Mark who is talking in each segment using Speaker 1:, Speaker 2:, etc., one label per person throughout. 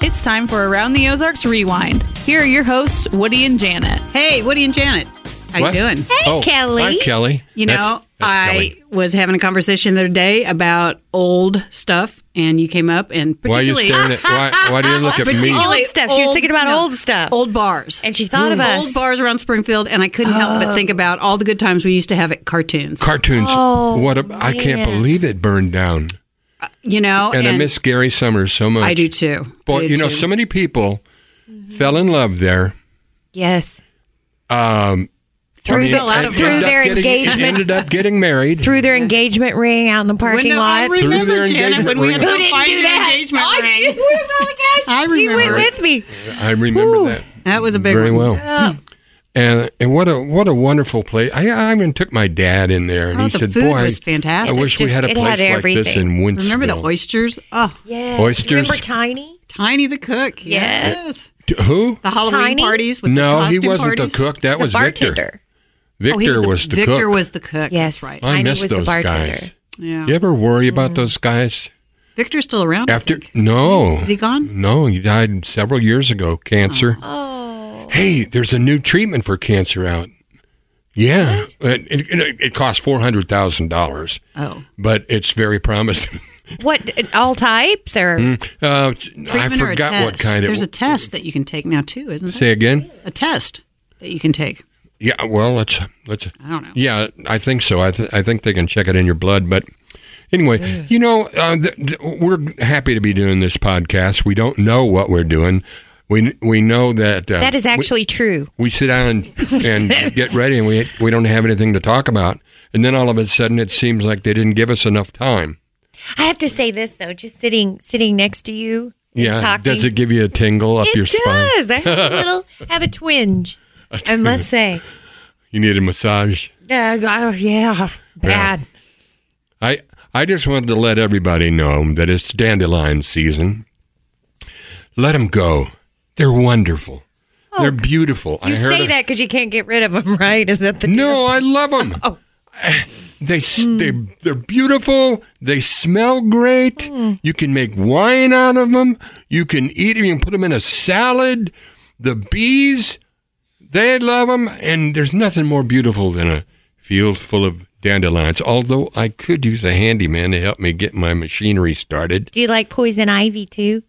Speaker 1: It's time for Around the Ozarks Rewind. Here are your hosts, Woody and Janet.
Speaker 2: Hey, Woody and Janet. How
Speaker 3: What?
Speaker 2: you doing?
Speaker 3: oh,
Speaker 4: Kelly.
Speaker 3: Hi, Kelly.
Speaker 2: You know,
Speaker 3: That's- that's
Speaker 2: I
Speaker 3: Kelly.
Speaker 2: was having a conversation the other day about old stuff, and you came up and
Speaker 3: Why are you
Speaker 2: particularly
Speaker 3: staring at? Why, why do you look at me?
Speaker 2: Particularly-
Speaker 4: Old stuff. She was thinking about
Speaker 2: no,
Speaker 4: old stuff.
Speaker 2: old bars,
Speaker 4: And she thought of us.
Speaker 2: old bars around Springfield, and I couldn't help but think about all the good times we used to have at cartoons.
Speaker 3: Cartoons.
Speaker 4: Oh,
Speaker 3: what? A, I can't
Speaker 4: man.
Speaker 3: believe it burned down.
Speaker 2: you know,
Speaker 3: And, I miss Gary Summers so much.
Speaker 2: Oh, I do too. I
Speaker 3: Boy,
Speaker 2: do
Speaker 3: you know,
Speaker 2: too. Mm-hmm.
Speaker 3: so many people fell in love there.
Speaker 4: yes.
Speaker 3: Um,
Speaker 4: Through the-
Speaker 3: and
Speaker 4: through
Speaker 3: ended up
Speaker 4: their
Speaker 3: getting-
Speaker 4: engagement.
Speaker 3: ended up getting married.
Speaker 4: Through their engagement ring out in the
Speaker 2: When
Speaker 4: parking
Speaker 2: no- I
Speaker 4: lot.
Speaker 3: Through
Speaker 2: remember
Speaker 3: their
Speaker 2: Janet when we had to
Speaker 3: engagement ring.
Speaker 4: Who didn't
Speaker 2: find
Speaker 4: do
Speaker 2: your
Speaker 4: that?
Speaker 2: engagement
Speaker 4: I
Speaker 2: ring.
Speaker 4: did. Oh my gosh.
Speaker 2: I
Speaker 4: You went
Speaker 2: remember it.
Speaker 4: with me.
Speaker 3: I remember that
Speaker 2: That was a big
Speaker 3: very
Speaker 2: one.
Speaker 3: well. And and what a what a wonderful place! I, I even took my dad in there, and
Speaker 2: Oh,
Speaker 3: he
Speaker 2: the
Speaker 3: said,
Speaker 2: food
Speaker 3: "Boy,
Speaker 2: was fantastic.
Speaker 3: I wish we
Speaker 4: It's
Speaker 3: had a
Speaker 4: just- it had
Speaker 3: place like this
Speaker 4: everything.
Speaker 3: in Winston."
Speaker 2: Remember the oysters? Oh,
Speaker 4: Yeah.
Speaker 3: Oysters.
Speaker 4: Remember Tiny?
Speaker 2: Tiny the cook.
Speaker 4: Yes.
Speaker 3: Who?
Speaker 2: The Halloween
Speaker 4: Tiny?
Speaker 2: parties with the
Speaker 3: No, he
Speaker 2: costume
Speaker 3: wasn't
Speaker 2: parties.
Speaker 3: the cook. That
Speaker 4: the
Speaker 3: was Victor.
Speaker 4: bartender.
Speaker 3: Victor
Speaker 2: Oh, he
Speaker 3: was,
Speaker 2: the-
Speaker 3: the
Speaker 2: Victor
Speaker 3: cook.
Speaker 2: was the cook.
Speaker 4: Yes.
Speaker 2: That's right.
Speaker 3: I
Speaker 4: Tiny
Speaker 3: miss
Speaker 4: was the
Speaker 3: those
Speaker 4: bartender.
Speaker 3: guys.
Speaker 2: Yeah.
Speaker 3: You ever worry
Speaker 2: Mm.
Speaker 3: about those guys?
Speaker 2: Victor's still around. I
Speaker 3: After Mm.
Speaker 2: think.
Speaker 3: no,
Speaker 2: Is he gone?
Speaker 3: no, he died several years ago, cancer.
Speaker 4: Oh.
Speaker 3: Hey, there's a new treatment for cancer out. Yeah, it, it, it costs four hundred thousand dollars,
Speaker 2: Oh.
Speaker 3: but it's very promising.
Speaker 4: What? All types? Or
Speaker 3: Uh, I
Speaker 2: Treatment or a
Speaker 3: forgot what
Speaker 2: test?
Speaker 3: kind
Speaker 2: There's
Speaker 3: it.
Speaker 2: a test that you can take now too, isn't there?
Speaker 3: Say again.
Speaker 2: A test that you can take.
Speaker 3: Yeah. Well, let's let's.
Speaker 2: I don't know.
Speaker 3: Yeah, I think so. I th- I think they can check it in your blood, but. Anyway, you know, uh, th- th- we're happy to be doing this podcast. We don't know what we're doing. We we know that uh,
Speaker 4: that is
Speaker 3: we-
Speaker 4: actually true.
Speaker 3: we sit down and, and get ready, and we we don't have anything to talk about. And then all of a sudden, it seems like they didn't give us enough time.
Speaker 4: I have to say this though, just sitting sitting next to you. and
Speaker 3: Yeah,
Speaker 4: talking,
Speaker 3: does it give you a tingle up
Speaker 4: It
Speaker 3: your spine?
Speaker 4: does. I have a little, have a twinge. I must say.
Speaker 3: You need a massage.
Speaker 4: Uh, oh, yeah, bad.
Speaker 3: I I just wanted to let everybody know that it's dandelion season. Let them go. They're wonderful. They're beautiful.
Speaker 4: Oh, You
Speaker 3: I heard
Speaker 4: say
Speaker 3: a-
Speaker 4: that because you can't get rid of them, right? Is that the
Speaker 3: No, I love them.
Speaker 4: Oh,
Speaker 3: They s
Speaker 4: Hmm.
Speaker 3: they they're beautiful. They smell great.
Speaker 4: Hmm.
Speaker 3: You can make wine out of them. You can eat them. You can put them in a salad. The bees, they love them, and there's nothing more beautiful than a field full of dandelions. Although I could use a handyman to help me get my machinery started.
Speaker 4: Do you like poison ivy too?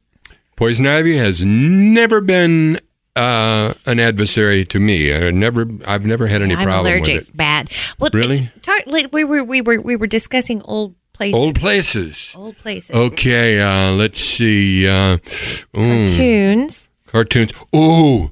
Speaker 3: Poison ivy has never been uh, an adversary to me. I never, I've never had any
Speaker 4: I'm
Speaker 3: problem
Speaker 4: allergic.
Speaker 3: with it.
Speaker 4: Bad. Well,
Speaker 3: Really?
Speaker 4: Talk, like, we were we were we were discussing old places.
Speaker 3: Old places.
Speaker 4: old places.
Speaker 3: Okay, uh, let's see. Uh, mm,
Speaker 4: Cartoons.
Speaker 3: cartoons. Oh,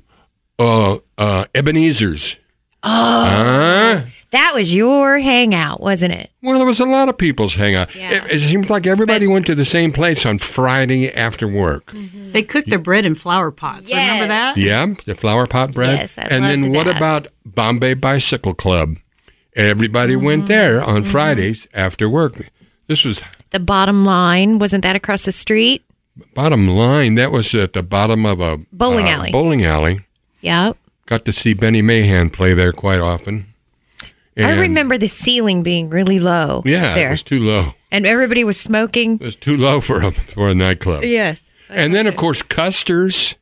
Speaker 3: uh, uh, Ebenezer's. Oh.
Speaker 4: That was your hangout, wasn't it?
Speaker 3: well, there was a lot of people's hangout.
Speaker 4: Yeah.
Speaker 3: It, it seems like everybody went to the same place on Friday after work.
Speaker 4: Mm-hmm.
Speaker 2: They cook their bread in flour pots. Remember
Speaker 4: Mm. Yes.
Speaker 2: that?
Speaker 3: Yeah, the flower pot bread.
Speaker 4: Yes, I
Speaker 3: and
Speaker 4: loved
Speaker 3: then what
Speaker 4: that.
Speaker 3: about Bombay Bicycle Club? Everybody
Speaker 4: Mm-hmm.
Speaker 3: went there on Fridays after work. This was
Speaker 4: The bottom line wasn't that across the street?
Speaker 3: bottom line. That was at the bottom of a
Speaker 4: Bowling
Speaker 3: uh,
Speaker 4: alley.
Speaker 3: Bowling alley.
Speaker 4: Yep.
Speaker 3: Got to see Benny Mahan play there quite often.
Speaker 4: I
Speaker 3: And-
Speaker 4: remember the ceiling being really low.
Speaker 3: Yeah, it
Speaker 4: There.
Speaker 3: was too low.
Speaker 4: and everybody was smoking.
Speaker 3: It was too low for a for a nightclub.
Speaker 4: Yes.
Speaker 3: And then of course Custer's.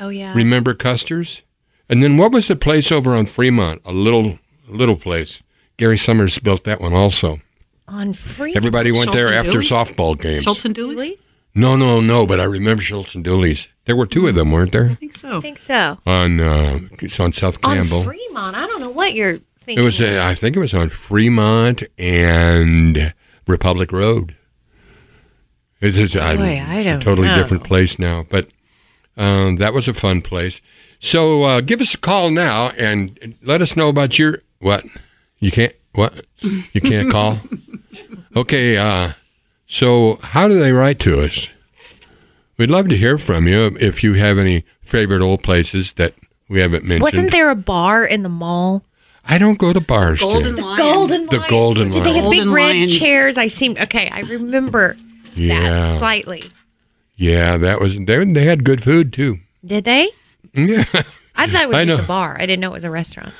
Speaker 4: Oh yeah.
Speaker 3: Remember Custer's? And then what was the place over on Fremont? A little little place. Gary Summers built that one also.
Speaker 4: On free.
Speaker 3: Everybody went
Speaker 2: Schultz
Speaker 3: there
Speaker 2: and
Speaker 3: after
Speaker 2: Dooley's?
Speaker 3: softball games.
Speaker 2: Schultz and Dooley's?
Speaker 4: Really?
Speaker 3: No, no, no. But I remember Schultz and Dooley's. There were two of them, weren't
Speaker 2: I
Speaker 3: there?
Speaker 2: think so.
Speaker 4: I think so.
Speaker 3: On uh, it's on South
Speaker 4: On
Speaker 3: Campbell.
Speaker 4: Fremont. I don't know what you're
Speaker 3: It
Speaker 4: thinking.
Speaker 3: was, uh, I think it was on Fremont and Republic Road. It's just, I,
Speaker 4: Boy, I
Speaker 3: it's
Speaker 4: don't
Speaker 3: a totally
Speaker 4: know.
Speaker 3: different place now, but um, that was a fun place. So uh, give us a call now and let us know about your what you can't what you can't call. Okay, uh, so how do they write to us? We'd love to hear from you if you have any favorite old places that we haven't mentioned.
Speaker 4: Wasn't there a bar in the mall?
Speaker 3: I don't go to bars.
Speaker 2: Golden
Speaker 3: Jan.
Speaker 2: Lion.
Speaker 4: Golden
Speaker 3: The
Speaker 4: Lion.
Speaker 3: Golden
Speaker 4: Did they have big
Speaker 2: Golden
Speaker 4: red
Speaker 2: Lion.
Speaker 4: chairs? I seem okay. I remember
Speaker 3: Yeah.
Speaker 4: that slightly.
Speaker 3: Yeah, that was they. They had good food too.
Speaker 4: Did they?
Speaker 3: Yeah,
Speaker 4: I thought
Speaker 3: I
Speaker 4: it was just
Speaker 3: know.
Speaker 4: a bar. I didn't know it was a restaurant.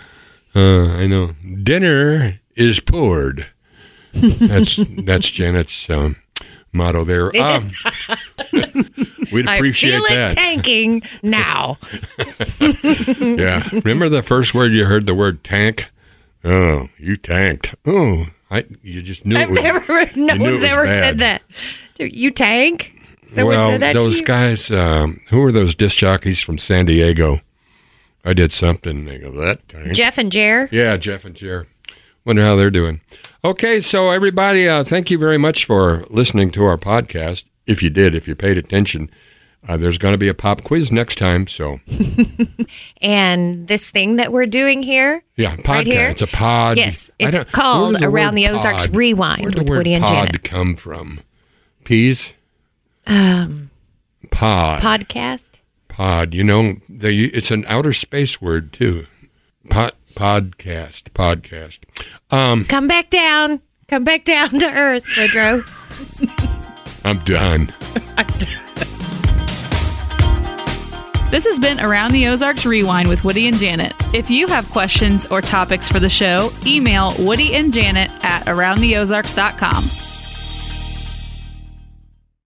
Speaker 3: uh, I know. Dinner is poured. That's that's Janet's um, motto there. Um, We'd appreciate
Speaker 4: I feel
Speaker 3: that.
Speaker 4: it tanking now.
Speaker 3: yeah. Remember the first word you heard the word tank? Oh, you tanked. Oh, I, you just knew it
Speaker 4: I've
Speaker 3: was.
Speaker 4: never, no
Speaker 3: you knew it
Speaker 4: one's
Speaker 3: was
Speaker 4: ever
Speaker 3: bad.
Speaker 4: said that. Do You tank? Someone
Speaker 3: well,
Speaker 4: said that
Speaker 3: those
Speaker 4: to you?
Speaker 3: guys, um, who are those disc jockeys from San Diego? I did something. and They go, that tank.
Speaker 4: Jeff and Jer.
Speaker 3: Yeah, Jeff and Jer. Wonder how they're doing. Okay, so everybody, uh, thank you very much for listening to our podcast. If you did, if you paid attention, uh, there's going to be a pop quiz next time. So,
Speaker 4: And this thing that we're doing here,
Speaker 3: yeah, podcast.
Speaker 4: Right here?
Speaker 3: it's a pod.
Speaker 4: Yes,
Speaker 3: I
Speaker 4: it's
Speaker 3: don't-
Speaker 4: called
Speaker 3: where did
Speaker 4: Around
Speaker 3: word
Speaker 4: the Ozarks
Speaker 3: pod-
Speaker 4: Rewind
Speaker 3: where did
Speaker 4: with
Speaker 3: the word
Speaker 4: Woody and
Speaker 3: pod
Speaker 4: Janet.
Speaker 3: come from? Peas? Um, pod.
Speaker 4: podcast.
Speaker 3: Pod. You know, they, it's an outer space word, too. Pod, podcast. Podcast. Um,
Speaker 4: Come back down. Come back down to earth, Woodrow.
Speaker 3: I'm done.
Speaker 1: This has been Around the Ozarks Rewind with Woody and Janet. If you have questions or topics for the show, email Woody and Janet at aroundtheozarks.com.